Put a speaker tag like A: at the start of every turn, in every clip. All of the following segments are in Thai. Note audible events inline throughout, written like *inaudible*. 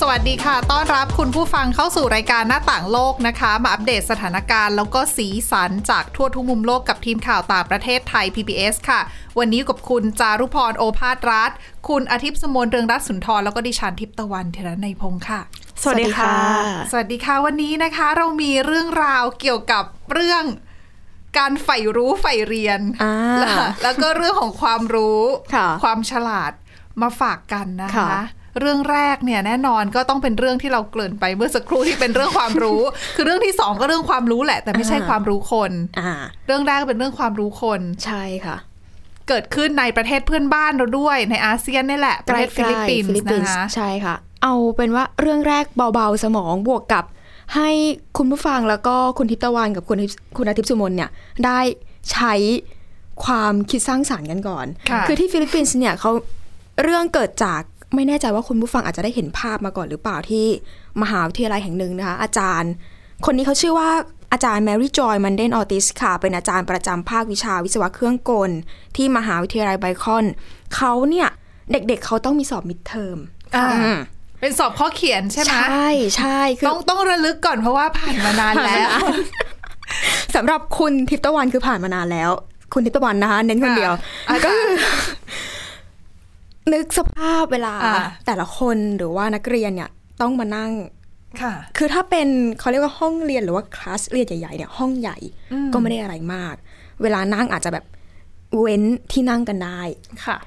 A: สวัสดีค่ะ ต้อนรับคุณผู้ฟังเข้าสู่รายการหน้าต่างโลกนะคะ มาอัปเดตสถานการณ์แล้วก็สีสันจากทั่วทุกมุมโลกกับทีมข่าวต่างประเทศไทย PBS ค่ะ วันนี้อยู่กับคุณจารุพรโอภาสรัฐ คุณอาทิตย์สมนเรืองรัตน์สุนทร แล้วก็ดิฉันทิพย์ตะวันเทระในยพงค์ค่ะ
B: สวัสดีค่ะ
A: สวัสดีค่ะวันนี้นะคะ เรามีเรื่องราวเกี่ยวกับเรื่องการใฝ่รู้ใฝ่เรียน
B: อ่า
A: และแล้วก็เรื่องของความรู้
B: ค่ะ
A: ความฉลาดมาฝากกันนะคะ
B: ค่ะ
A: เรื่องแรกเนี่ยแน่นอนก็ต้องเป็นเรื่องที่เราเกริ่นไปเมื่อสักครู่ที่เป็นเรื่องความรู้ *laughs* คือเรื่องที่สองก็เรื่องความรู้แหละ แต่ไม่ใช่
B: อ่า
A: ความรู้คน
B: อ่า
A: เรื่องแรกเป็นเรื่องความรู้คน
B: ใช่ค่ะ
A: เกิดขึ้นในประเทศเพื่อนบ้านเราด้วยในอาเซียนนี่แหละประเทศฟิลิปปิน
B: ใก
A: ส์
B: ล้ๆ
A: นะคะ
B: ใช่ค่ะ เอาเป็นว่าเรื่องแรกเบาๆสมองบวกกับ ให้คุณผู้ฟังแล้วก็คุณทิพย์ตะวันกับคุณทิพย์คุณอาทิตย์สุมนเนี่ยได้ใช้ความคิดสร้างสารรค์กันก่อน
A: ค่ะ
B: อที่ฟิลิปปินส์เนี่ยเขาเรื่องเกิดจากไม่แน่ใจว่าคุณผู้ฟังอาจจะได้เห็นภาพมาก่อนหรือเปล่าที่มหาวิทยาลัยแห่งหนึ่งนะคะ อาจารย์ คนนี้เขาชื่อว่าอาจารย์แมรี่จอยมันเดนออติสค่ะ เป็นอาจารย์ประจำภาควิชาวิศวะเครื่องกล ที่มหาวิทยาลัยไบคอน เขาเนี่ยเด็กๆเขาต้องมีสอบมิดเทอม
A: อ่าเป็นสอบข้อเขียนใช่ไหม
B: ใช่ใช่คือ
A: ต้องต้องระลึกก่อนเพราะว่าผ่านมานานแล้ว
B: สำหรับคุณทิพย์ตะวันคือผ่านมานานแล้ว คุณทิพย์ตะวันนะคะ เน้นคนเดียว
A: อ่ะ
B: ก็คือ นึกสภาพเวลา
A: อ่ะ
B: แต่ละคนหรือว่านักเรียนเนี่ยต้องมานั่ง
A: ค่ะ
B: คือถ้าเป็นเขาเรียกว่าห้องเรียนหรือว่าคลาสเรียนใหญ่ๆเนี่ยห้องใหญ่
A: อืม
B: ก็ไม่ได้อะไรมาก เวลานั่งอาจจะแบบเว้นที่นั่งกันได้
A: ค่ะ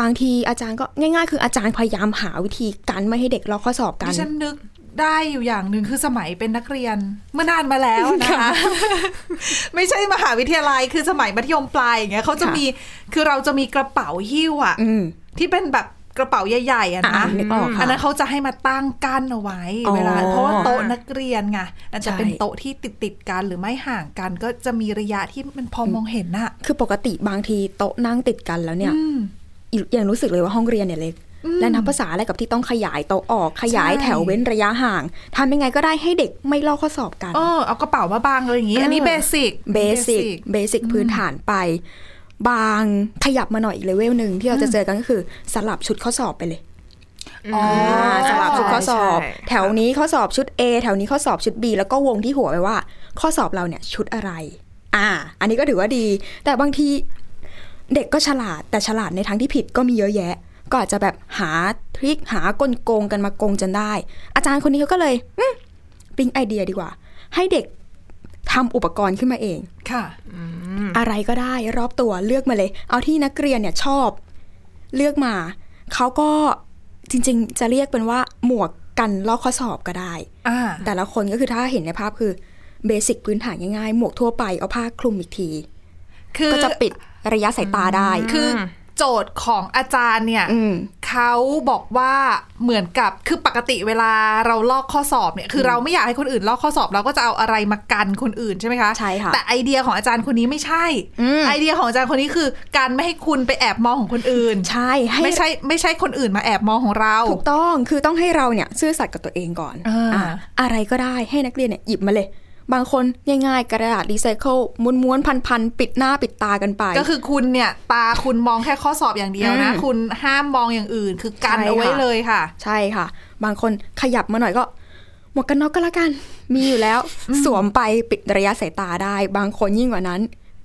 B: บางทีอาจารย์ก็ง่าย ๆ คืออาจารย์พยายามหาวิธีการไม่ให้เด็กลอกข้อสอบกั
A: ดิ
B: น
A: ฉันนึกได้อยู่อย่างหนึ่งคือสมัยเป็นนักเรียนเมื่อนานมาแล้วนะคะ *laughs* ไม่ใช่มหาวิทยาลัยคือสมัยมัธยมปลายอย่างเงี้ยเขาจะ
B: ค่ะ
A: มีคือเราจะมีกระเป๋าหิ้วอะ
B: อืม
A: ที่เป็นแบบกระเป๋าใหญ่ๆอะ
B: อ่า
A: นะ
B: นึกออกค่ะ
A: นนั้นเขาจะให้มาตั้งกั้นเอาไว้
B: อ๋อ
A: เวลา เพราะว่าโต๊ะนักเรียนไงอาจจะ
B: ใช่
A: เป็นโต๊ะที่ติดติดๆกันหรือไม่ห่างกัน ก็จะมีระยะที่มันพอมองเห็นน่ะ
B: คือปกติบางทีโต๊ะนั่งติดกันแล้วเนี่ย
A: อืม
B: ยังรู้สึกเลยว่าห้องเรียนเนี่ยเล็ก
A: อืม
B: และนับภาษาอะไรกับที่ต้องขยายโต๊ะออกขยาย
A: ใช่
B: แถวเว้นระยะห่างทำยังไงก็ได้ให้เด็กไม่ลอกข้อสอบกัน
A: เออเอากระเป๋ามาบางอะไรอย่างงี้ อันนี้
B: เออ
A: เบสิก
B: เบสิกเบสิกพื้นฐานไป บางขยับมาหน่อยอีกเลเวลหนึ่งที่เราจะเจอกันก็คือสลับชุดข้อสอบไปเลย
A: อ๋อ
B: าสลับชุดข้อสอบ
C: ใช่
B: แถวนี้ข้อสอบชุด A แถวนี้ข้อสอบชุด B แล้วก็วงที่หัวไว้ว่า ข้อสอบเราเนี่ยชุดอะไร อ่า อันนี้ก็ถือว่าดี แต่บางทีเด็กก็ฉลาดแต่ฉลาดในทางที่ผิดก็มีเยอะแยะ ก็อาจจะแบบหาทริคหากลโกงกันมาโกงจนได้ อาจารย์คนนี้เขาก็เลยอืมปิ๊งไอเดียดีกว่า ให้เด็กทำอุปกรณ์ขึ้นมาเอง
A: ค่ะ
B: อะไรก็ได้รอบตัวเลือกมาเลย เอาที่นักเรียนเนี่ยชอบ เลือกมา เขาก็จริงๆ จะเรียกเป็นว่าหมวกกันลอกข้อสอบก็ได้
A: อ่า
B: แต่ละคนก็คือถ้าเห็นในภาพคือเบสิกพื้นฐานง่ายๆ หมวกทั่วไปเอาผ้าคลุมอีกที
A: คือ
B: ก็จะปิดระยะสายตาได้
A: คือโจทย์ของอาจารย์เนี่ย
B: อืม
A: เขาบอกว่าเหมือนกับคือปกติเวลาเราลอกข้อสอบเนี่ยคือเราไม่อยากให้คนอื่นลอกข้อสอบเราก็จะเอาอะไรมากันคนอื่นใช่ไหมคะ
B: ใช่ค่ะ
A: แต่ไอเดียของอาจารย์คนนี้ไม่ใช่
B: อืม
A: ไอเดียของอาจารย์คนนี้คือการไม่ให้คุณไปแอบมองของคนอื่น
B: ใช่ให้
A: ไม่ใช่ไม่ใช่คนอื่นมาแอบมองของเรา
B: ถูกต้อง คือต้องให้เราเนี่ยซื่อสัตย์กับตัวเองก่อน
A: อ่า
B: ะอะไรก็ได้ให้นักเรียนเนี่ยหยิบมาเลย บางคนง่ายๆกระดาษรีไซเคิลม้วนๆพันๆปิดหน้าปิดตากันไป
A: ก็คือคุณเนี่ยตาคุณมองแค่ข้อสอบอย่างเดียวนะ
B: อืม
A: คุณห้ามมองอย่างอื่น คือกัน
B: ใช่
A: เอาไว้
B: ค่ะ
A: เลยค่ะ
B: ใช่ค่ะ บางคนขยับมาหน่อยก็ หมวกกันน็อกก็แล้วกัน มีอยู่แล้ว สวมไปปิดระยะสายตาได้ บางคนยิ่งกว่านั้น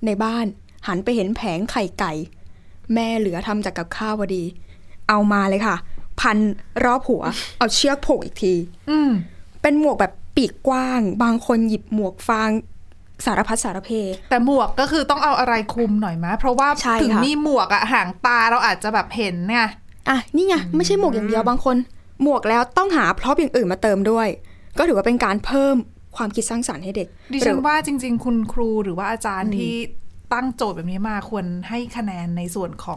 B: ในบ้านหันไปเห็นแผงไข่ไก่ แม่เหลือทำจากกับข้าวพอดี เอามาเลยค่ะ พันรอบหัว เอาเชือกผูกอีกที
A: อืม
B: เป็นหมวกแบบปีกกว้าง บางคนหยิบหมวกฟางสารพัดสารเพ
A: แต่หมวกก็คือต้องเอาอะไรคลุมหน่อยมะเพราะว่า
B: ใช่
A: ถึง
B: ค่ะ
A: มีหมวกอะห่างตาเราอาจจะแบบเห็นไง
B: อ่ะนี่ไงไม่ใช่หมวกอย่างเดียวบางคน หมวกแล้วต้องหาพร็อพอย่างอื่นมาเติมด้วย ก็ถือว่าเป็นการเพิ่มความคิดสร้างสรรค์ให้เด็ก
A: ดิ
B: หรื
A: ฉั
B: อ
A: นว่าจริง ๆ คุณครูหรือว่าอาจารย์ที่ตั้งโจทย์แบบนี้มาควรให้คะแนนในส่วนของ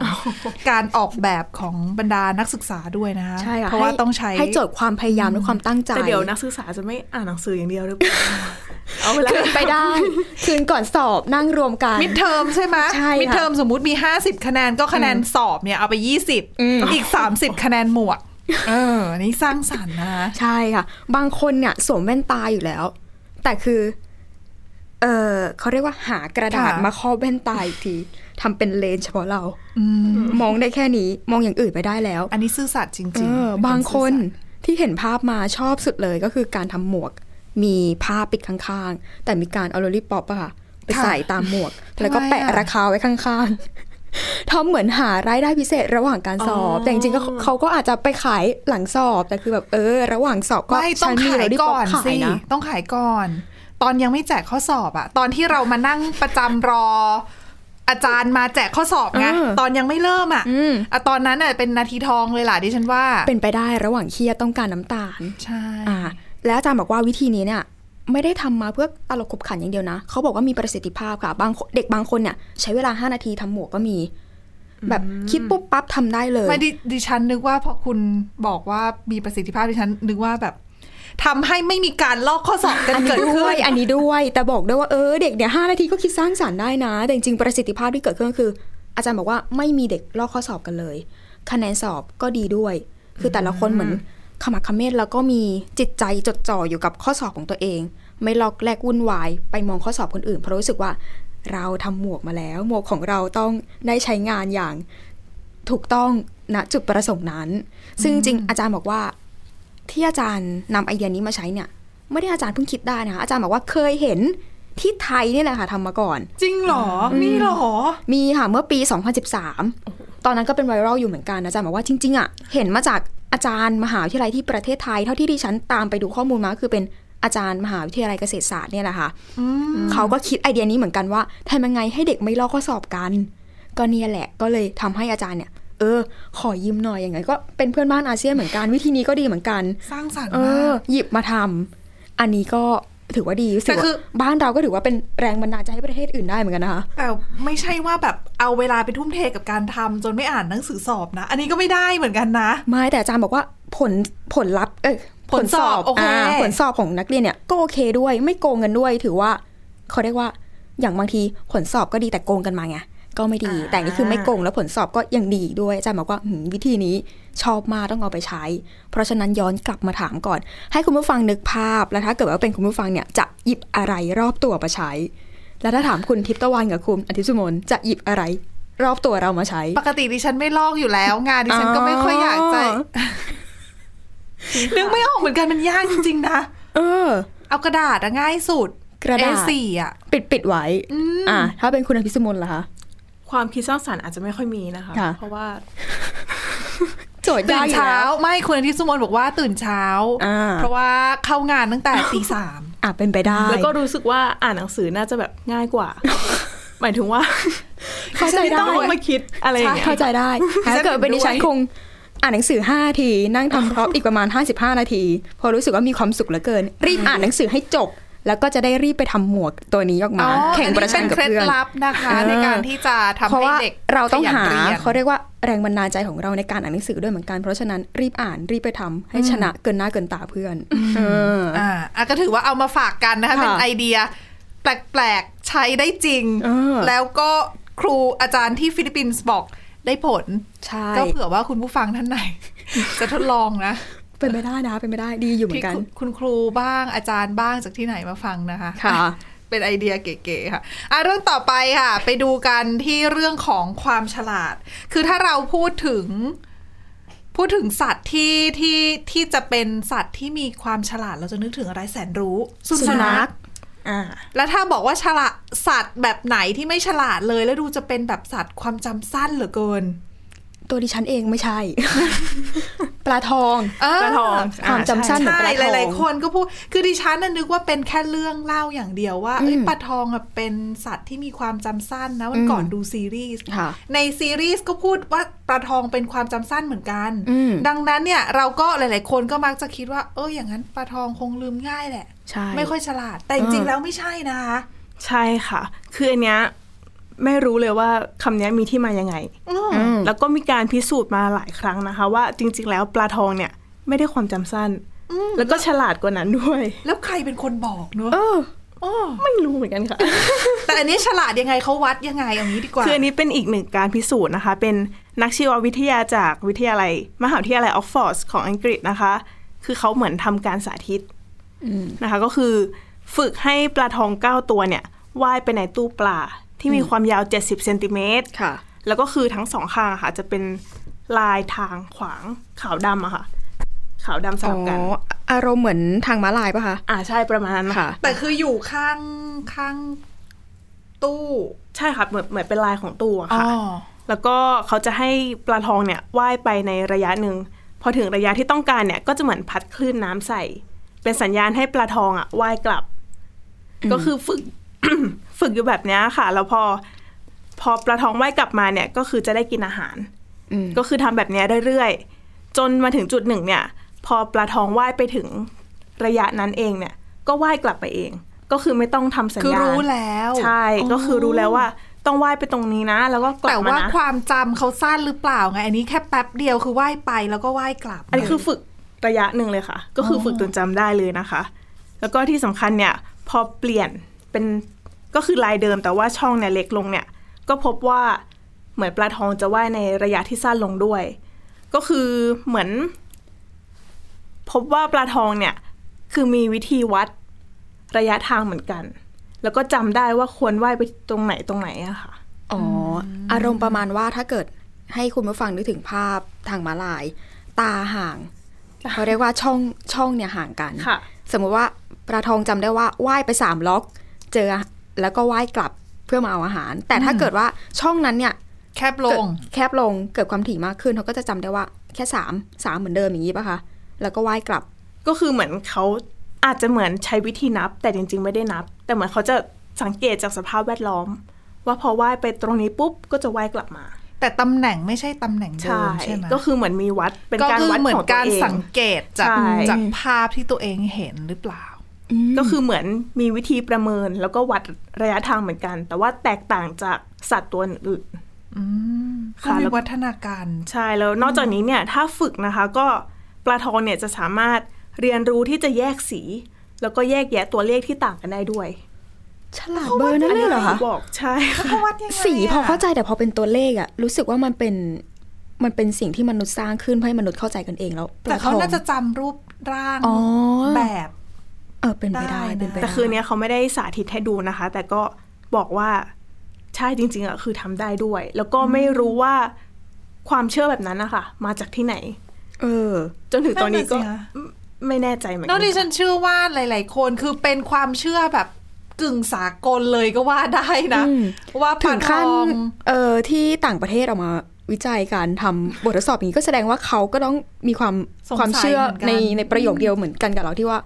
A: การออกแบบของบรรดานักศึกษาด้วยนะคะ
B: ใช่ค่ะ
A: เพราะว่าต้องใช้
B: ให้โจทย์ความพยายามและความตั้งใจ
C: แต่เดี๋ยวนักศึกษาจะไม่อ่านหนังสืออย่างเดียวหรือเปล่า
B: *laughs*
C: เอาเวลา
B: คืนไปได้ คืนก่อนสอบนั่งรวมกัน
A: มิดเทอมใช่ไหม
B: ใช่ค่ะ
A: มิดเทอมสมมุติมี 50 คะแนนก็คะแนนสอบเนี่ยเอาไป 20 อีก 30 คะแนนหมวก เออ นี่สร้างสรรค์นะ
B: ใช่ค่ะ บางคนเนี่ยสวมแว่นตาอยู่แล้ว แต่คือ เออเขาเรียกว่าหากระดาษ
A: ค่ะ
B: มาครอบแว่นตาอีกทีทำเป็นเลนส์เฉพาะเรา
A: อืม
B: มองได้แค่นี้มองอย่างอื่นไม่ได้แล้ว
A: อันนี้ซื่อสัตย์จ
B: เอ
A: ริง
B: อ
A: ๆ
B: บางคน
A: เป็ซื่อสัตย์
B: ที่เห็นภาพมาชอบสุดเลยก็คือการทำหมวก มีผ้าปิดข้างๆ แต่มีการเอาโรลลี่ป๊อปอะค่ะ ไปใส่ตามหมวก แล้วก็แปะราคาไว้ข้างๆ *laughs* ทำเหมือนหารายได้พิเศษระหว่างการสอบ แต่จริงๆก็เขาก็อาจจะไปขายหลังสอบแต่คือแบบเออ ระหว่างสอบก็
A: ไม่ต้อง
B: ฉั
A: ขาย
B: มี Lollipop
A: ก่อน
B: ขา
A: สิ
B: ยนะ
A: ต้องขายก่อน ตอนยังไม่แจกข้อสอบอะตอนที่เรามานั่งประจำรอ อาจารย์มาแจกข้อสอบไง
B: เออ
A: ตอนยังไม่เริ่มอะ
B: อืม
A: อะตอนนั้นอะเป็นนาทีทองเลยล่ะดิฉันว่า
B: เป็นไปได้ระหว่างเครียดต้องการน้ำตาล
A: ใช่
B: อ่า แล้วอาจารย์บอกว่าวิธีนี้เนี่ยไม่ได้ทำมาเพื่อตลกขบขันอย่างเดียวนะ เขาบอกว่ามีประสิทธิภาพค่ะ บางคนเด็กบางคนเนี่ยใช้เวลา 5 นาทีทำหมวกก็มี แบบคิดปุ๊บปั๊บทำได้เลย
A: ไม่ดิดิฉันนึกว่าพอคุณบอกว่ามีประสิทธิภาพดิฉันนึกว่าแบบทำให้ไม่มีการลอกข้อสอบกัน
B: อันนี้
A: เกิด
B: ด้
A: ขึ้
B: วย
A: น
B: อันนี้ด้วย แต่บอกด้วยว่าเออเด็กเนี่ยหนาทีก็คิดสร้างสรรค์ได้นะ แต่จริงๆประสิทธิภาพที่เกิดขึ้นก็คือ อาจารย์บอกว่าไม่มีเด็กลอกข้อสอบกันเลย คะแนนสอบก็ดีด้วย คือแต่ละคนเหมือนขมักเขม้นแล้วก็มีจิตใจจดจ่ออยู่กับข้อสอบของตัวเอง ไม่ลอกแลกวุ่นวายไปมองข้อสอบคนอื่น เพราะรู้สึกว่าเราทำหมวกมาแล้ว หมวกของเราต้องได้ใช้งานอย่างถูกต้องณจุดประสงค์นั้น ซึ่งจริงๆอาจารย์บอกว่า ที่อาจารย์นำไอเดียนี้มาใช้เนี่ย ไม่ได้อาจารย์เพิ่งคิดได้นะคะอาจารย์บอกว่าเคยเห็นที่ไทยนี่แหละค่ะทำมาก่อน
A: จริงเหรอมีเหรอ
B: มีค่ะเมื่อปี 2013 ตอนนั้นก็เป็นไวรัลอยู่เหมือนกันอาจารย์บอกว่าจริงๆอ่ะเห็นมาจากอาจารย์มหาวิทยาลัยที่ประเทศไทย เท่าที่ดิฉันตามไปดูข้อมูลมาก็คือเป็นอาจารย์มหาวิทยาลัยเกษตรศาสตร์เนี่ยแหละค่ะเขาก็คิดไอเดียนี้เหมือนกันว่าทำยังไงให้เด็กไม่ลอกข้อสอบกัน ก็เนี่ยแหละก็เลยทำให้อาจารย์เนี่ย เออ ขอยืมหน่อยอย่างไงก็เป็นเพื่อนบ้านอาเซียนเหมือนกันวิธีนี้ก็ดีเหมือนกัน
A: สร้างสรรค์
B: เอ
A: มา
B: อก หยิบมาทำอันนี้ก็ถือว่าดีรู้สึก
A: แต่
B: ว่า
A: คือ
B: บ้านเราก็ถือว่าเป็นแรงบันดาลใจให้ประเทศอื่นได้เหมือนกันนะคะ
A: แต่ไม่ใช่ว่าแบบเอาเวลาไปทุ่มเทกับการทำจนไม่อ่านหนังสือสอบนะ อันนี้ก็ไม่ได้เหมือนกันนะ
B: ไม่แต่อาจารย์บอกว่าผลผลลัพธ์เอ้ย
A: ผลสอบโอเค
B: าผลสอบของนักเรียนเนี่ยก็โอเคด้วย ไม่โกงกันด้วย ถือว่าเขาเรียกว่าอย่างบางทีผลสอบก็ดีแต่โกงกันมาไงก็ไม่ดี แต่อันนี่คือไม่โกงแล้วผลสอบก็ยังดีอีกด้วยอาจารย์บอกว่าหืมวิธีนี้ชอบมากต้องเอาไปใช้ เพราะฉะนั้นย้อนกลับมาถามก่อน ให้คุณผู้ฟังนึกภาพแล้วถ้าเกิดว่าเป็นคุณผู้ฟังเนี่ยจะหยิบอะไรรอบตัวมาใช้ แล้วถ้าถามคุณทิพย์ตะวันกับคุณอาทิตย์สุมนจะหยิบอะไรรอบตัวเรามาใช้
A: ปกติดิฉันไม่ลอกอยู่แล้ว งานดิฉันก็ไม่ค่อยอยากจะนึกไม่ออกเหมือนกันมันยากจริงๆนะ
B: เออ
A: เอากระดาษอะง่ายสุด
B: กระดาษ
A: A4 อ่ะ
B: ปิดปิดไว้ อ่า ถ้าเป็นคุณอภิสมนล่ะคะ
C: ความคิดสร้างสรรค์อาจจะไม่ค่อยมีนะคะ
B: ค่ะ
C: เพราะว่า
B: โจทย์
A: ตื่
B: ยาน กอยู่
A: เช้า
B: แล้ว
A: ไม่คุณอาทิตย์สุมนบอกว่าตื่นเช้า
B: อ่า
A: เพราะว่าเข้างานตั้งแต่ตีสาม
B: อ่ะเป็นไปได้
C: แล้วก็รู้สึกว่าอ่านหนังสือน่าจะแบบง่าย
B: *laughs*
C: กว่า หมายถึงว่า
B: เข้าใจ
C: ไม่
B: ได้
C: ต้องมาคิดอะไรอย่างเงี้ย
B: เข้าใจได้ถ้าเกิดเป็นดิฉันคงอ่านหนังสือ 5 นาที นั่งทำพร็อพอีกประมาณ 55 นาที พอรู้สึกว่ามีความสุขเหลือเกิน รีบอ่านหนังสือให้จบ แล้วก็จะได้รีบไปทำหมวกตัวนี้ออกมา แข่งประชันกับ
A: อัเป็เคล็
B: เพื่อ
A: ด
B: น
A: ลับนะคะ
B: เออ
A: ในการที่จะทำ
B: เพราะ
A: ให้
B: ว่า
A: เด็ก
B: เราต้องหา
A: ขยันรียน
B: เขาเรียกว่าแรงบันดาลใจของเราในการอ่านหนังสือด้วยเหมือนกัน เพราะฉะนั้นรีบอ่านรีบไปทำให้ชนะเกินหน้าเกินตาเพื่อนเออ
A: อ่าอ่ะก็ถือว่าเอามาฝากกันนะคะ
B: ค่ะ
A: เป็นไอเดียแปลกๆ ใช้ได้จริง
B: เออ
A: แล้วก็ครูอาจารย์ที่ฟิลิปปินส์บอกได้ผล
B: ใช่
A: ก็เผื่อว่าคุณผู้ฟังท่านไหน จะทดลองนะ
B: เป็นไปได้นะเป็นไปได้ดีอยู่เหมือ
A: ที่
B: นกัน
A: คุณคุณครูบ้างอาจารย์บ้างจากที่ไหนมาฟังนะคะ
B: ค่ะ
A: อ่เป็นไอเดียเก๋ๆค่ะอ่ะ เรื่องต่อไปค่ะ ไปดูกันที่เรื่องของความฉลาด คือถ้าเราพูดถึง พูดถึงสัตว์ที่ที่ที่จะเป็นสัตว์ที่มีความฉลาดเราจะนึกถึงอะไรแสนรู้
B: สุนัข
C: อ่า
A: แล้วถ้าบอกว่าฉลาดสัตว์แบบไหนที่ไม่ฉลาดเลย แล้วดูจะเป็นแบบสัตว์ความจำสั้นเหลือเกิน
B: ตัวดิฉันเองไม่ใช่ *laughs* ปลาทอง
A: เออ
C: ปลาทองอ่า
B: คา
C: ว
B: มจำสั้นของ
A: ใช่
B: ป
A: ห
B: ลาทอง
A: ลาย ๆ คนก็พูดคือดิฉันน่ะนึกว่าเป็นแค่เรื่องเล่าอย่างเดียวว่าเอ้ย
B: อืม
A: ปลาทองอะเป็นสัตว์ที่มีความจำสั้นนะวันก่อน
B: อืม
A: ดูซีรีส์
B: ค่ะ
A: ในซีรีส์ก็พูดว่าปลาทองเป็นความจำสั้นเหมือนกัน
B: อืม
A: ดังนั้นเนี่ยเราก็หลาย ๆ คนก็มักจะคิดว่า เอออย่างนั้นปลาทองคงลืมง่ายแหละ
B: ใช่
A: ไม่ค่อยฉลาดแต่จริง ๆ แล้วไม่ใช่นะคะ
C: ใช่ค่ะ คืออันเนี้ยไม่รู้เลยว่าคำเนี้ยมีที่มายังไง
B: อืม
C: แล้วก็มีการพิสูจน์มาหลายครั้งนะคะ ว่าจริง ๆ แล้วปลาทองเนี่ย ไม่ได้ความจำสั้น แล้วก็ฉลาดกว่านั้นด้วย
A: แล้วใครเป็นคนบอกเนอะ
B: เออ
A: เออ
C: ไม่รู้เหมือนกันค่ะ
A: แต่อันนี้ฉลาดยังไงเขาวัดยังไงเอางี้ดีกว่า
C: คืออันนี้เป็นอีกหนึ่งการพิสูจน์นะคะ เป็น นักชีววิทยาจากวิทยาลัย มหาวิทยาลัยออกฟอร์ดของอังกฤษนะคะ คือเขาเหมือนทำการสาธิตนะคะ ก็คือฝึกให้ปลาทองเก้าตัวเนี่ยว่ายไปในตู้ปลาที่มีความยาว 70เซนติเมตร
B: ค่ะ
C: แล้วก็คือทั้งสองข้างอะค่ะ จะเป็นลายทางขวางขาวดำอะค่ะ ขาวดำส
B: อ๋
C: ลับกัน
B: ออารมณ์เหมือนทางม้าลายปะคะ
C: อ่าใช่ประมาณนั้นน
B: ค่ะ
A: แต่คืออยู่ข้างข้างตู้
C: ใช่ค่ะเหมือนเหมือนเป็นลายของตัวค่ะ แล้วก็เขาจะให้ปลาทองเนี่ยว่ายไปในระยะหนึ่ง พอถึงระยะที่ต้องการเนี่ย ก็จะเหมือนพัดคลื่นน้ำใส่ เป็นสัญญาณให้ปลาทองอ่ะว่ายกลับ ก็คือฝึก *coughs* ฝึกอยู่แบบเนี้ยค่ะ แล้วพอ พอปลาทองว่ายกลับมาเนี่ย ก็คือจะได้กินอาหาร
B: อืม
C: ก็คือทำแบบเนี้ยเรื่อยๆ จนมาถึงจุดหนึ่งเนี่ย พอปลาทองว่ายไปถึงระยะนั้นเองเนี่ย ก็ว่ายกลับไปเอง ก็คือไม่ต้องทำสัญญาณ
A: คือรู้แล้ว
C: ใช่ ก็คือรู้แล้วว่า ต้องว่ายไปตรงนี้นะ แล้วก็กลั
A: แต่
C: บมา
A: ว่า
C: นะ
A: ความจำเขาสั้นหรือเปล่าไง อันนี้แค่แป๊บเดียวคือว่ายไปแล้วก็ว่ายกลับ
C: อันนี้คือฝึกระยะหนึ่งเลยค่ะ ก็คือฝึกจนจำได้เลยนะคะ แล้วก็ที่สำคัญเนี่ย พอเปลี่ยนเป็นก็คือลายเดิมแต่ว่าช่องเนี่ยเล็กลงเนี่ย ก็พบว่าเหมือนปลาทองจะว่ายในระยะที่สั้นลงด้วย ก็คือเหมือน พบว่าปลาทองเนี่ย คือมีวิธีวัดระยะทางเหมือนกัน แล้วก็จำได้ว่าควรว่ายไปตรงไหนตรงไหนอะค่ะ
B: อ๋อออารมณ์ประมาณว่าถ้าเกิดให้คุณผู้ฟังนึกถึงภาพทางม้าลาย ตาห่างเขาเรียกว่าช่องช่องเนี่ยห่างกัน
C: ค่ะ
B: สมมุติว่าปลาทองจำได้ว่าว่ายไปสามล็อก เจอแล้วก็ว่ายกลับเพื่อมาเอาอาหาร แต่ถ้าเกิดว่าช่องนั้นเนี่ย
A: แคบล
B: เกิด
A: ง
B: แคบลงเกิดความถี่มากขึ้นเขาก็จะจำได้ว่าแค่สามสามเหมือนเดิมอย่างนี้ป่ะคะแล้วก็ว่ายกลับ
C: ก็คือเหมือนเขาอาจจะเหมือนใช้วิธีนับ แต่จริงๆไม่ได้นับ แต่เหมือนเขาจะสังเกตจากสภาพแวดล้อม ว่าพอว่ายไปตรงนี้ปุ๊บก็จะว่ายกลับมา
A: แต่ตำแหน่งไม่ใช่ตำแหน่งเดิ
C: ใช่
A: มใช่ไหม
C: ก็คือเหมือนมีวัดเป็นการ
A: คื
C: วัด
A: เหมื
C: ข
A: น
C: องตัว
A: การ
C: เอง
A: สังเกตจาก
C: ใช่
A: จากภาพที่ตัวเองเห็นหรือเปล่า
C: ก็คือเหมือนมีวิธีประเมินแล้วก็วัดระยะทางเหมือนกัน แต่ว่าแตกต่างจากสัตว์ตัวอื่น
A: อืม
C: ค่ะ
A: ก็มีวัฒนาการ
C: ใช่แล้วนอกจากนี้เนี่ยถ้าฝึกนะคะก็ปลาทองเนี่ยจะสามารถเรียนรู้ที่จะแยกสี แล้วก็แยกแยะตัวเลขที่ต่างกันได้ด้วย
B: ฉลาดเบอร์นั่นเลยเหรอคะ
C: ขาบอกใช่ค่ะ
A: เขาวัดยังไงะ
B: สีพอเข้าใจแต่พอเป็นตัวเลขอะรู้สึกว่ามันเป็นมันเป็นสิ่งที่มนุษย์สร้างขึ้นเพื่อให้มนุษย์เข้าใจกันเองแล้วปล
A: แต่เขา
B: ทอง
A: น่าจะจำรูปร่าง
B: อ๋อ
A: แบบ
B: เออเป็นไปได้
A: ได้นะ
B: เป็นไปได้
C: แต่คืนเนี้ยเขาไม่ได้สาธิตให้ดูนะคะ แต่ก็บอกว่าใช่จริงๆอ่ะคือทำได้ด้วย แล้วก็ไม่รู้ว่าความเชื่อแบบนั้นนะคะมาจากที่ไหน
B: เออ
C: จนถึงตอนนี้ก็
A: นั่นน่ะสิคะ
C: ไม่ไม่แน่ใจเหมือน
A: นอ
C: กั
A: กดิฉันเชื่อว่าหลาย ๆ คนคือเป็นความเชื่อแบบกึ่งสากลเลยก็ว่าได้นะ
B: อืม
A: ว่า
B: ถึ
A: พัน
B: ง
A: ท
B: ขั้น
A: อง
B: เอ่อที่ต่างประเทศออกมาวิจัยการทำบททดสอบอย่างนี้ก็แสดงว่าเขาก็ต้องมีความ
A: สง
B: ความ
A: สัย
B: เชื่อ
A: หมืกั
B: ในในประโยคเดียวเหมือนกันกับเราที่ว่า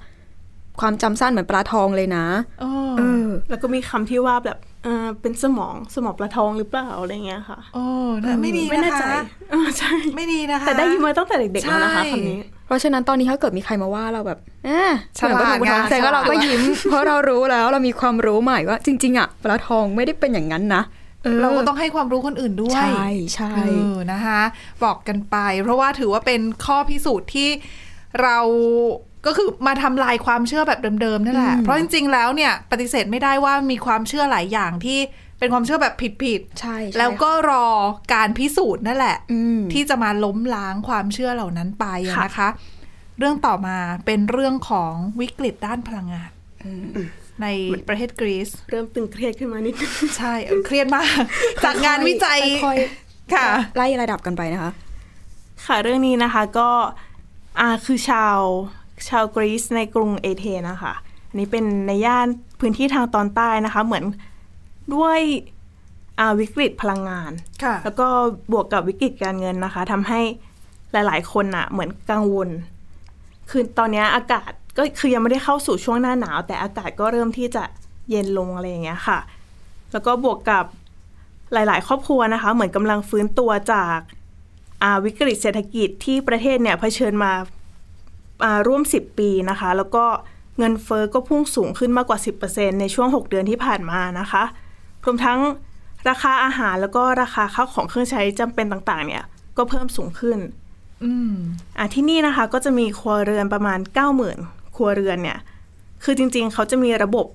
B: ความจำสั้นเหมือนปลาทองเลยนะ
A: เออ
B: เออ
C: แล้วก็มีคำที่ว่าแบบเออเป็นสมองสมองปลาทองหรือเปล่าอะไรเงี้ยค่ะ
A: เออน่ะไม่ดี
C: ไม่
A: นะ
C: แน่ใจ *laughs*
A: คะ
C: เออใช่
A: ไม่ดีนะคะ
C: แต่ได้ยินมาตั้งแต่เด็กๆแล้วนะคะคำนี้
B: เพราะฉะนั้นตอนนี้ถ้าเกิดมีใครมาว่าเราแบบแอะ
A: ฉลาด
B: เหมือนปลาทองแสดงว่าเราก็ยิ้ม *laughs* เพราะเรารู้แล้วเรามีความรู้ใหม่ว่า จริง ๆอะปลาทองไม่ได้เป็นอย่างนั้นนะ
A: เราก็ต้องให้ความรู้คนอื่นด้วย
B: ใช่ใช่
A: เออนะคะ บอกกันไป เพราะว่าถือว่าเป็นข้อพิสูจน์ที่เราก็คือมาทำลายความเชื่อแบบเดิมๆนั่นแหละ เพราะจริงๆแล้วเนี่ยปฏิเสธไม่ได้ว่ามีความเชื่อหลายอย่างที่เป็นความเชื่อแบบผิด
B: ใช่
A: ๆ
B: ใช่
A: แล้วก็รอการพิสูจน์นั่นแหละ
B: อืม
A: ที่จะมาล้มล้างความเชื่อเหล่านั้นไปอะ
C: ค่ะ
A: นะคะ เรื่องต่อมาเป็นเรื่องของวิกฤตด้านพลังงานในประเทศกรีซ
C: เริ่มตึงเครียดขึ้นมานิดนึง
A: ใช่เออเครียดมาก *laughs* จากงานวิจัย
B: ค่อย
A: ค่ะ
B: ๆไล่ระดับกันไปนะคะ
C: ค่ะเรื่องนี้นะคะก็อ่าคือชาวชาวกรีซในกรุงเอเธนนะคะ อันนี้เป็นในย่านพื้นที่ทางตอนใต้นะคะ เหมือนด้วยอ่าวิกฤตพลังงาน
A: ค่ะ
C: แล้วก็บวกกับวิกฤตการเงินนะคะทำให้หลาย ๆ คนน่ะเหมือนกังวล คือตอนเนี้ยอากาศก็คือยังไม่ได้เข้าสู่ช่วงหน้าหนาว แต่อากาศก็เริ่มที่จะเย็นลงอะไรอย่างเงี้ยค่ะ แล้วก็บวกกับหลาย ๆ ครอบครัวนะคะ เหมือนกำลังฟื้นตัวจากอ่าวิกฤตเศรษฐกิจที่ประเทศเนี่ยเผชิญมาอ่าร่วม 10 ปีนะคะ แล้วก็เงินเฟอ้อก็พุ่งสูงขึ้นมากกว่า 10%ในช่วง 6 เดือนที่ผ่านมานะคะรวมทั้งราคาอาหารแล้วก็ราคาข้าวของเครื่องใช้จำเป็นต่าง ๆ เนี่ยก็เพิ่มสูงขึ้น
A: อืม
C: อ่ะที่นี่นะคะก็จะมีครัวเรือนประมาณ 90,000 ครัวเรือนเนี่ย คือจริงๆ เขาจะมีระบบ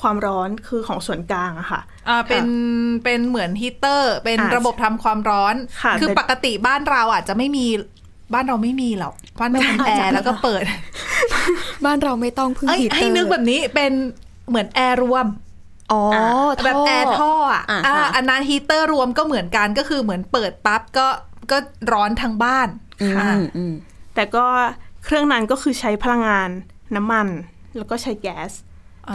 C: ความร้อนคือของส่วนกลางอะค่ะ
A: อ่าเป็นเป็นเหมือนฮีตเตอร์ เป็น
C: อ่า
A: ระบบทำความร้อน
C: ค่ะ
A: คือ
C: เป็น
A: ปกติบ้านเราอาจจะไม่มีบ้านเราไม่มีหรอกบ้านเราเป็นแอร์แล้วก็เปิด
B: บ้านเราไม่ต้องพึ่ง
A: เอ้ย
B: ฮีตเตอร์
A: ให้นึกแบบนี้เป็นเหมือนแอร์รวม
B: อ๋อท่
A: แบบแอร์ท่ออ่ะ
B: อ่า
A: อ่า
B: ค่ะ
A: อันนั้นฮีเตอร์รวมก็เหมือนกันก็คือเหมือนเปิดปั๊บก็ก็ร้อนทั้งบ้านค่ะ
B: อืมอืม
C: แต่ก็เครื่องนั้นก็คือใช้พลังงานน้ำมัน แล้วก็ใช้แก๊ส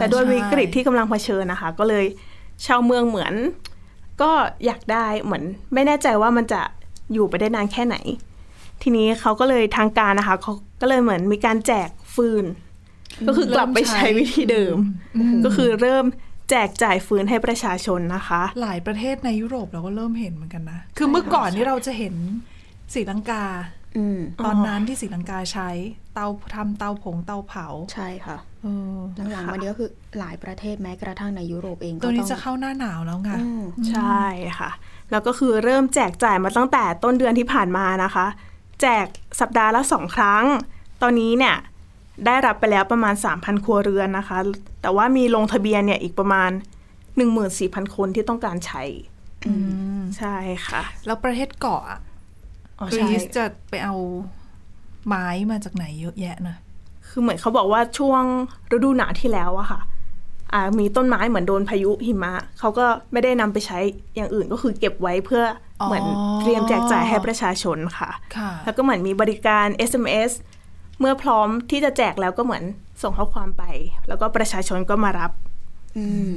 C: แต่ด้วยวิกฤตที่กำลังเผชิญนะคะ ก็เลยชาวเมืองเหมือน ก็อยากได้เหมือน ไม่แน่ใจว่ามันจะอยู่ไปได้นานแค่ไหน ทีนี้เขาก็เลยทางการนะคะเขาก็เลยเหมือนมีการแจกฟืน ก็คือกลับไปใช้วิธีเดิม ก็คือเริ่มแจกจ่ายฟืนให้ประชาชนนะคะ
A: หลายประเทศในยุโรปเราก็เริ่มเห็นเหมือนกันนะ คือเมื่อก่อนนี่เราจะเห็นสีลังกา
B: อืม
A: ตอนนั้นที่สีลังกาใช้เตาทำเตาผงเตาเผา
B: ใช่ค่ะ
A: เออ
B: หลังๆมาเนี้ก็คือหลายประเทศแม้กระทั่งในยุโรปเองก็
A: ตัว
B: ต้
A: นี้
B: อง
A: จะเข้าหน้าหนาวแล้วไง
B: อืม
C: ใช่ค่ะ แล้วก็คือเริ่มแจกจ่ายมาตั้งแต่ต้นเดือนที่ผ่านมานะคะ แจกสัปดาห์ละสองครั้ง ตอนนี้เนี่ยได้รับไปแล้วประมาณ 3,000 ครัวเรือนนะคะ แต่ว่ามีลงทะเบียนเนี่ยอีกประมาณ 14,000 คนที่ต้องการใช้ใช่ค่ะ
A: แล้วประเทศเกาะอะ
C: อ๋อก ใช่
A: รีซจะไปเอาไม้มาจากไหนเยอะแยะนะ
C: คือเหมือนเขาบอกว่าช่วงฤดูหนาวที่แล้วอะค่ะอ่ามีต้นไม้เหมือนโดนพายุหิมะเขาก็ไม่ได้นำไปใช้อย่างอื่นก็คือเก็บไว้เพื่อเหมือน
A: อ๋อ
C: เตรียมแจกจ่ายให้ประชาชนค่ะ
A: ค่ะ
C: แล้วก็เหมือนมีบริการ SMS เมื่อพร้อมที่จะแจกแล้วก็เหมือนส่งข้อความไป แล้วก็ประชาชนก็มารับ
B: อืม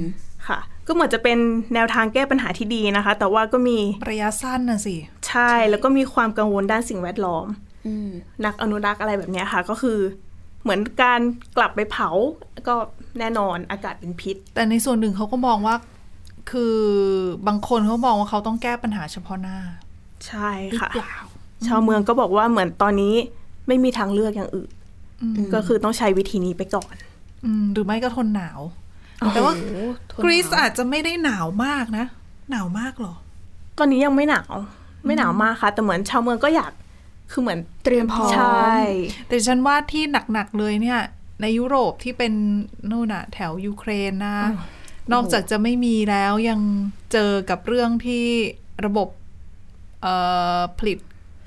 C: ค่ะ ก็เหมือนจะเป็นแนวทางแก้ปัญหาที่ดีนะคะ แต่ว่าก็มี
A: ระยะสั้นนะสิ
C: ใช่แล้วก็มีความกังวลด้านสิ่งแวดล้อม
B: อืม
C: นักอนุรักษ์อะไรแบบเนี้ยค่ะ ก็คือเหมือนการกลับไปเผาก็แน่นอนอากาศเป็นพิษ
A: แต่ในส่วนหนึ่งเขาก็มองว่า คือบางคนเขามองว่าเขาต้องแก้ปัญหาเฉพาะหน้า
C: ใช่
A: หรือ
C: ค่ะ
A: เปล่า
C: ชาวเมืองก็บอกว่าเหมือนตอนนี้ไม่มีทางเลือกอย่างอื่น ก็คือต้องใช้วิธีนี้ไปก่อน
A: อืมหรือไม่ก็ทนหนาว แต่ว่า
B: โอ้โหทน
A: กรีซ
B: หนาว
A: อาจจะไม่ได้หนาวมากนะ หนาวมากเหรอ
C: ตอนนี้ยังไม่หนาวไม่หนาวมากค่ะ แต่เหมือนชาวเมืองก็อยากคือเหมือน
B: เตรียมพร้อม
C: ใช่
A: แต่ฉันว่าที่หนัก ๆ เลยเนี่ย ในยุโรปที่เป็นนู่นน่ะ แถวยูเครนนะนอกจากจะไม่มีแล้วยังเจอกับเรื่องที่ระบบเอ่อผลิต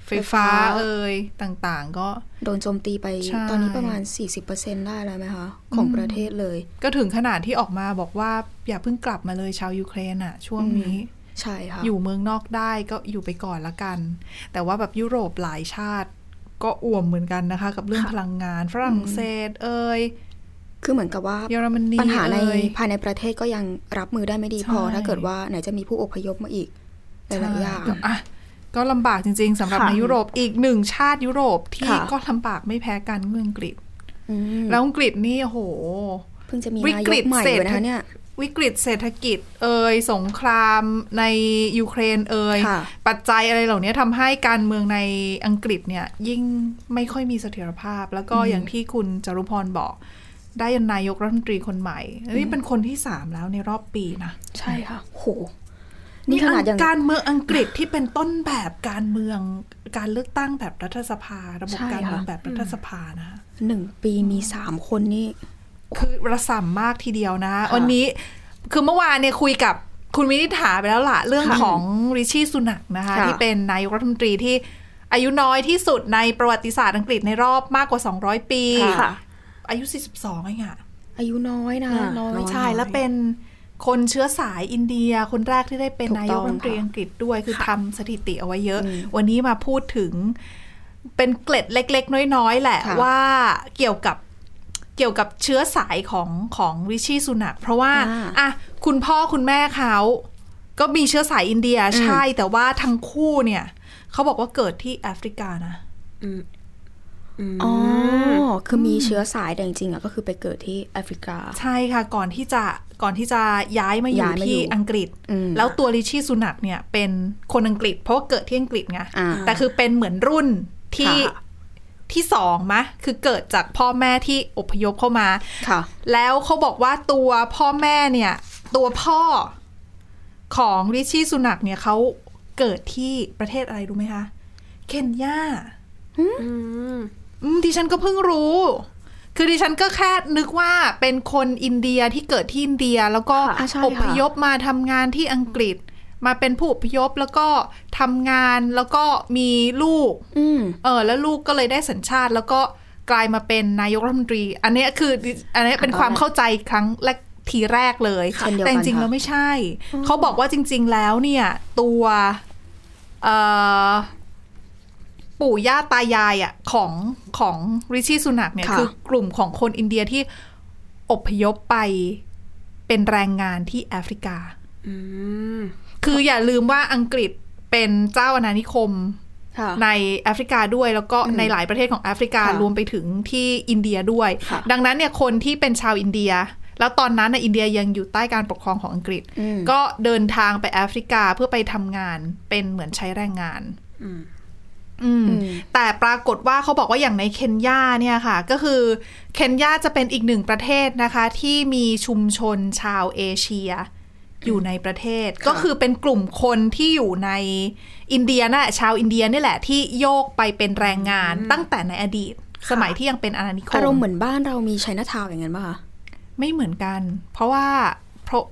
A: ไฟฟ้าเอ่ยต่างๆ ก็
B: โดนโจมตีไป
A: ใช่
B: ตอนนี้ประมาณ 40%ได้แล้วไหมคะ ของประเทศเลย
A: ก็ถึงขนาดที่ออกมาบอกว่าอย่าเพิ่งกลับมาเลยชาวยูเครนอะช่วงนี้
B: ใช่ค่ะ
A: อยู่เมืองนอกได้ก็อยู่ไปก่อนละกัน แต่ว่าแบบยุโรปหลายชาติ ก็อ่วมเหมือนกันนะคะ กับเรื่องพลังงานฝรั่งเศส เอ่ย
B: คือเหมือนกับว่า
A: เยอรมนี
B: ปัญหาใน
A: เอ่ย
B: ภายในประเทศก็ยังรับมือได้ไม่ดี
A: ใช่
B: พอ ถ้าเกิดว่าไหนจะมีผู้อพยพมาอีกหลายๆอย่าง
A: อ่ะก็ลำบากจริง ๆสำหรับ
C: ค่ะ
A: ในยุโรปอีกหนึ่งชาติยุโรปที่
C: ค่ะ
A: ก็ลำบากไม่แพ้กันคืออังกฤษ
B: อืม
A: แล้วอังกฤษนี่โอ้โห
B: เพิ่งจะมี
A: วิ
B: นาก ย
A: ฤ
B: ก
A: ต
B: ใหม่
A: เศรษ
B: เล
A: ฐ
B: ยนะคะเนี่ย
A: วิกฤตเศรษฐกิจเอ่ยสงครามในยูเครนเอ่ย
B: ค่ะ
A: ปัจจัยอะไรเหล่านี้ทำให้การเมืองในอังกฤษเนี่ยยิ่งไม่ค่อยมีเสถียรภาพ แล้วก็อย่างที่คุณจารุพรบอก ได้นายกรัฐมนตรีคนใหม่อันนี่เป็นคนที่สามแล้วในรอบปีนะ
B: ใช่ค่ะโหนี่ขนาด
A: อั
B: ยัง
A: การเมืองอังกฤษที่เป็นต้นแบบการเมืองการเลือกตั้งแบบรัฐสภา ระบบ
B: ใช่
A: การเมือง
B: ค่ะ
A: แบบรัฐสภานะ
B: หนึ่งปีมีสามคนนี่
A: คือระส่ำมากทีเดียวนะ วันนี้คือเมื่อวานเนี่ยคุยกับคุณวินิษฐาไปแล้วล่ะ เรื่องของริชี่สุนักนะคะ
B: ค่ะ
A: ที่เป็นนายกรัฐมนตรีที่อายุน้อยที่สุดในประวัติศาสตร์อังกฤษในรอบมากกว่า 200 ปี
C: ค่ะ
A: อายุ 42เองอะ
B: อายุน้อยนะ
C: อ่า
B: น้อย
A: ใช่แล้วเป็นคนเชื้อสายอินเดีย คนแรกที่ได้เป็น
B: ถูก
A: นายก
B: ต้
A: รัฐม
B: อง
A: นตรี
B: ค่ะ
A: อังกฤษด้วยคือทำสถิติเอาไว้เยอะ วันนี้มาพูดถึงเป็นเกล็ดเล็ก ๆ น้อย ๆ แหละ
B: ค่ะ
A: ว่าเกี่ยวกับ เกี่ยวกับเชื้อสายของของริชี่สุนัก เพราะว่า
B: อ่า
A: อ่ะคุณพ่อคุณแม่เขาก็มีเชื้อสายอินเดียใช่ แต่ว่าทั้งคู่เนี่ยเขาบอกว่าเกิดที่แอฟริกานะ
B: อ๋อ คือมีเชื้อสายแต่จริงๆอ่ะก็คือไปเกิดที่แอฟริกา
A: ใช่ค่ะก่อนที่จะก่อนที่จะย้ายมาอยู่
B: ย้ายมาอยู่
A: ที่อังกฤษ
B: อืม
A: แล้วตัวริชี่สุนักเนี่ยเป็นคนอังกฤษ เพราะว่าเกิดที่อังกฤษไง
B: อ่า
A: แต่คือเป็นเหมือนรุ่นที่
C: ค่ะ
A: ที่สองมะคือเกิดจากพ่อแม่ที่อพยพเข้ามา
B: ค่ะ
A: แล้วเขาบอกว่าตัวพ่อแม่เนี่ย ตัวพ่อของริชี่สุนักเนี่ยเขาเกิดที่ประเทศอะไรรู้ไหมคะ เคนยาอืมดิฉันก็เพิ่งรู้ คือดิฉันก็แค่นึกว่าเป็นคนอินเดียที่เกิดที่อินเดียแล้วก็
B: อ่ะใช่
A: อ
B: ค่ะ
A: พยพมาทำงานที่อังกฤษ มาเป็นผู้อพยพแล้วก็ทำงานแล้วก็มีลูก
B: อืม
A: เออแล้วลูกก็เลยได้สัญชาติแล้วก็กลายมาเป็นนายกรัฐมนตรี อันเนี้ยคืออันเนี้ยเป็นความเข้าใจครั้งแรกทีแรกเลย
B: เช่นเดียวกัน
A: แต่จริงๆ
B: ค่ะ
A: แล้วไม่ใช่ เขาบอกว่าจริง ๆ แล้วเนี่ยตัวเอ่อปู่ย่าตายายอ่ะของของริชี่สุนักเนี่ย
B: ค่ะ
A: คือกลุ่มของคนอินเดียที่อพยพไปเป็นแรงงานที่แอฟริกา
D: อืม
A: คืออย่าลืมว่าอังกฤษเป็นเจ้าอาณานิคม
B: ค่ะ
A: ในแอฟริกาด้วยแล้วก็ในหลายประเทศของแอฟริกา
B: ค่ะ
A: รวมไปถึงที่อินเดียด้วย
B: ค่ะ
A: ดังนั้นเนี่ยคนที่เป็นชาวอินเดีย แล้วตอนนั้นน่ะอินเดียยังอยู่ใต้การปกครองของอังกฤษ
B: อืม
A: ก็เดินทางไปแอฟริกาเพื่อไปทำงานเป็นเหมือนใช้แรงงาน
D: อืม
A: อืม
B: อืม
A: แต่ปรากฏว่าเขาบอกว่าอย่างในเคนยาเนี่ยค่ะ ก็คือเคนยาจะเป็นอีกหนึ่งประเทศนะคะ ที่มีชุมชนชาวเอเชีย อยู่ในประเทศ ก็คือเป็นกลุ่มคนที่อยู่ในอินเดียนะ ชาวอินเดียนี่แหละที่โยกไปเป็นแรงงานตั้งแต่ในอดีต สมัยที่ยังเป็นอาณานิคม
B: อารมณ์เหมือนบ้านเรามีไชน่าทาวน์อย่างนั้นป่ะคะ
A: ไม่เหมือนกัน เพราะว่าเพราะ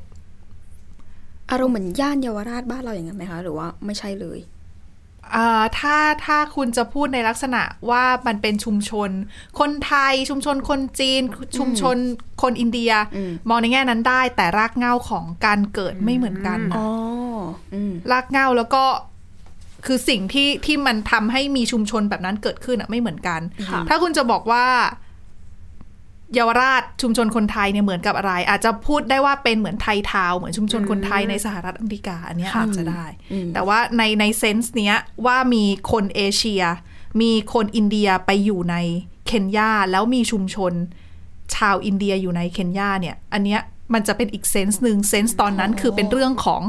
B: อารมณ์เหมือนย่านเยาวราชบ้านเราอย่างนั้นไหมคะ หรือว่าไม่ใช่เลย
A: อ่าถ้าถ้าคุณจะพูดในลักษณะว่ามันเป็นชุมชน คนไทยชุมชนคนจีน ชุมชนคนอินเดีย
B: อืม
A: มองในแง่นั้นได้แต่รากเหง้าของการเกิดไม่เหมือนกันนะ
B: อ๋ออืม
A: รากเหง้าแล้วก็คือสิ่งที่ที่มันทำให้มีชุมชนแบบนั้นเกิดขึ้นอะไม่เหมือนกัน
B: ค่ะ
A: ถ้าคุณจะบอกว่าเยาวราชชุมชนคนไทยเนี่ยเหมือนกับอะไร อาจจะพูดได้ว่าเป็นเหมือนไทยทาวน์เหมือนชุมชนคนไทยในสหรัฐอเมริกาอันเนี้ยอาจจะได้ แต่ว่าในในเซนส์เนี้ยว่ามีคนเอเชีย มีคนอินเดียไปอยู่ในเคนยาแล้วมีชุมชนชาวอินเดียอยู่ในเคนยาเนี่ย อันเนี้ยมันจะเป็นอีกเซนส์หนึ่งเซนส์ตอนนั้นคือเป็นเรื่องของ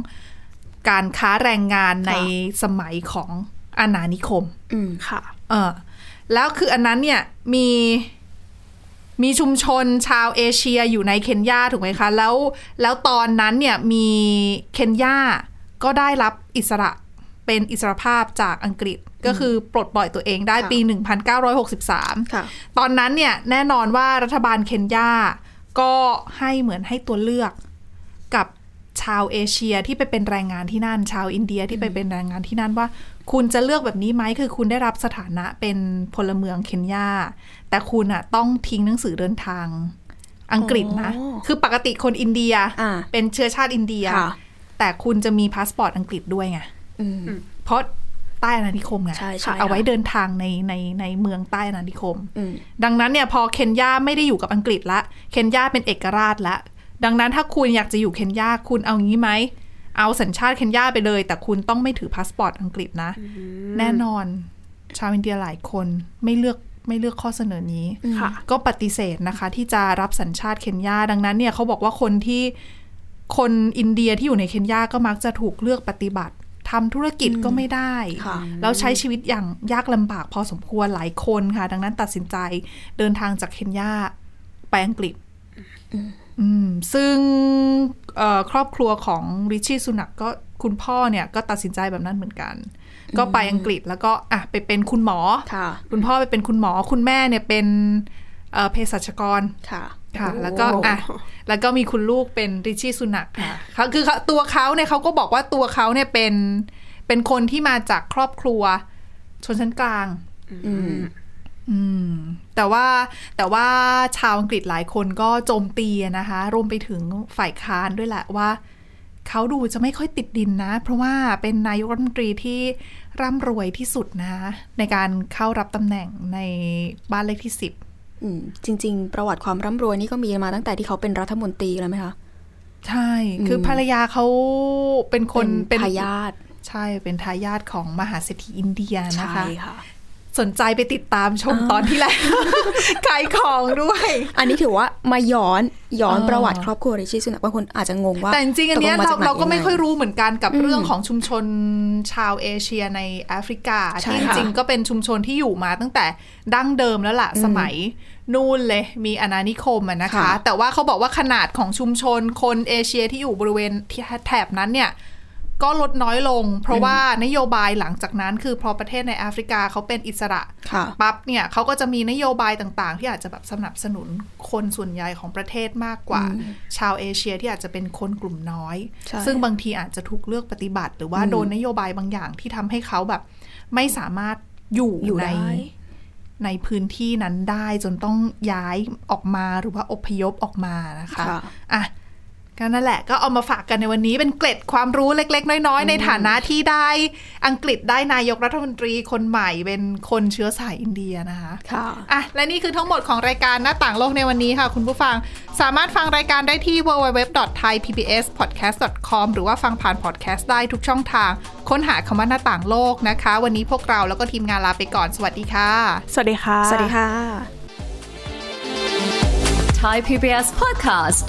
A: การค้าแรงงานในสมัยของอาณานิคม
B: อืม
C: ค่ะ
A: เออแล้วคืออันนั้นเนี่ยมีมีชุมชนชาวเอเชียอยู่ในเคนยาถูกไหมคะ แล้วแล้วตอนนั้นเนี่ยมีเคนยาก็ได้รับอิสระเป็นอิสรภาพจากอังกฤษก็คือปลดปล่อยตัวเองได้
B: ค่ะ
A: ปี 1963
B: ค่ะ
A: ตอนนั้นเนี่ยแน่นอนว่ารัฐบาลเคนยาก็ให้เหมือนให้ตัวเลือกกับชาวเอเชียที่ไปเป็นแรงงานที่นั่น ชาวอินเดียที่ไปเป็นแรงงานที่นั่นว่า คุณจะเลือกแบบนี้ไหมคือคุณได้รับสถานะเป็นพลเมืองเคนยาแต่คุณอะต้องทิ้งหนังสือเดินทางอังกฤษนะ
B: อ๋อ
A: คือปกติคนอินเดีย
B: อ่า
A: เป็นเชื้อชาติอินเดีย
B: ค่ะ
A: แต่คุณจะมีพาสปอร์ตอังกฤษด้วยไง
B: อืม
A: เพราะใต้อาณานิคมไง
B: ใช่ใช่
A: เอาไว้
B: ค่ะ
A: เดินทางในในในเมืองใต้อาณานิคม
B: อืม
A: ดังนั้นเนี่ยพอเคนยาไม่ได้อยู่กับอังกฤษละ เคนยาเป็นเอกราชละ ดังนั้นถ้าคุณอยากจะอยู่เคนยาคุณเอางี้ไหม เอาสัญชาติเคนยาไปเลย แต่คุณต้องไม่ถือพาสปอร์ตอังกฤษนะ แน่นอน ชาวอินเดียหลายคนไม่เลือกไม่เลือกข้อเสนอนี้
C: ค่ะ
A: ก็ปฏิเสธนะคะที่จะรับสัญชาติเคนยาดังนั้นเนี่ยเขาบอกว่าคนที่คนอินเดียที่อยู่ในเคนยาก็มักจะถูกเลือกปฏิบัติทำธุรกิจก็ไม่ได้
B: ค่ะ
A: แล้วใช้ชีวิตอย่างยากลำบากพอสมควรหลายคนค่ะ ดังนั้นตัดสินใจเดินทางจากเคนยาไปอังกฤษอืมซึ่งเอ่อครอบครัวของริชชี่สุนักก็คุณพ่อเนี่ยก็ตัดสินใจแบบนั้นเหมือนกัน ก็ไปอังกฤษแล้วก็อ่ะไปเป็นคุณหมอ
B: ค่ะ
A: คุณพ่อไปเป็นคุณหมอคุณแม่เนี่ยเป็นเอ่อเภสัชกร
B: ค่ะ
A: ค่ะ แล้วก็อ่ะแล้วก็มีคุณลูกเป็นริชชี่สุนักค่ะเขาคือเขาตัวเขาเนี่ยเขาก็บอกว่าตัวเขาเนี่ยเป็นเป็นคนที่มาจากครอบครัวชนชั้นกลาง
B: อืม
A: อืมแต่ว่าแต่ว่าชาวอังกฤษหลายคนก็โจมตีอะนะคะ รวมไปถึงฝ่ายค้านด้วยแหละว่า เขาดูจะไม่ค่อยติดดินนะ เพราะว่าเป็นนายกรัฐมนตรีที่ร่ำรวยที่สุดนะในการเข้ารับตำแหน่งในบ้านเลขที่ 10
B: อืม จริง ๆ ประวัติความร่ำรวยนี่ก็มีมาตั้งแต่ที่เขาเป็นรัฐมนตรีแล้วไหมคะ
A: ใช่ คือภรรยาเขาเป็นคน
B: เป็นพยาธ
A: ใช่เป็นทายาทของมหาเศรษฐีอินเดีย
B: ใช่
A: นะคะ
B: ค่ะ
A: สนใจไปติดตามชมตอนที่แล้ว
B: *laughs*
A: ขายของด้วย
B: อันนี้ถือว่ามาย้อนย้อน
A: เออ
B: ประวัติครอบครัวริชี่สุนักบางคนอาจจะงงว่า
A: แต่จริงๆอันเนี้ย
B: ตกล
A: เรา
B: จหน
A: เราก็ไม่
B: งง
A: ค่อยรู้เหมือนกันกับ
B: อืม
A: เรื่องของชุมชนชาวเอเชียในแอฟริกา
B: ใช่
A: ที่จ
B: ค่ะ
A: ริงๆก็เป็นชุมชนที่อยู่มาตั้งแต่ดั้งเดิมแล้วล่ะ สมัยนู่นเลยมีอาณานิคมอะนะคะ
B: ค่ะ
A: แต่ว่าเขาบอกว่าขนาดของชุมชนคนเอเชียที่อยู่บริเวณที่แถบนั้นเนี่ย ก็ลดน้อยลง เพราะว่านโยบายหลังจากนั้นคือพอประเทศในแอฟริกาเขาเป็นอิสระ
B: ค่ะ
A: ปั๊บเนี่ยเขาก็จะมีนโยบายต่างๆ ที่อาจจะแบบสนับสนุนคนส่วนใหญ่ของประเทศมากกว่า ชาวเอเชียที่อาจจะเป็นคนกลุ่มน้อย
B: ใช่
A: ซึ่งบางทีอาจจะถูกเลือกปฏิบัติ หรือว่า
B: อืม
A: โดนนโยบายบางอย่างที่ทำให้เขาแบบ ไม่สามารถอยู่
B: อยู่
A: ใน
B: ได้
A: ในพื้นที่นั้นได้จนต้องย้ายออกมาหรือว่าอพยพออกมานะคะ
B: ค่ะ
A: อ่ะก็นั่นแหละก็เอามาฝากกันในวันนี้เป็นเกล็ดความรู้เล็ก ๆ น้อย ๆ ในฐานะที่ได้อังกฤษได้นายกรัฐมนตรีคนใหม่เป็นคนเชื้อสายอินเดียนะคะ
B: ค่ะ
A: อ่ะ และนี่คือทั้งหมดของรายการหน้าต่างโลกในวันนี้ค่ะ คุณผู้ฟัง สามารถฟังรายการได้ที่ www.thaipbspodcast.com หรือว่าฟังผ่านพอดแคสต์ได้ทุกช่องทาง ค้นหาคำว่าหน้าต่างโลกนะคะ วันนี้พวกเราแล้วก็ทีมงานลาไปก่อน สวัสดีค่ะ
C: สวัสดีค่ะ
B: สวัสดีค่ะ
D: Thai PBS podcast.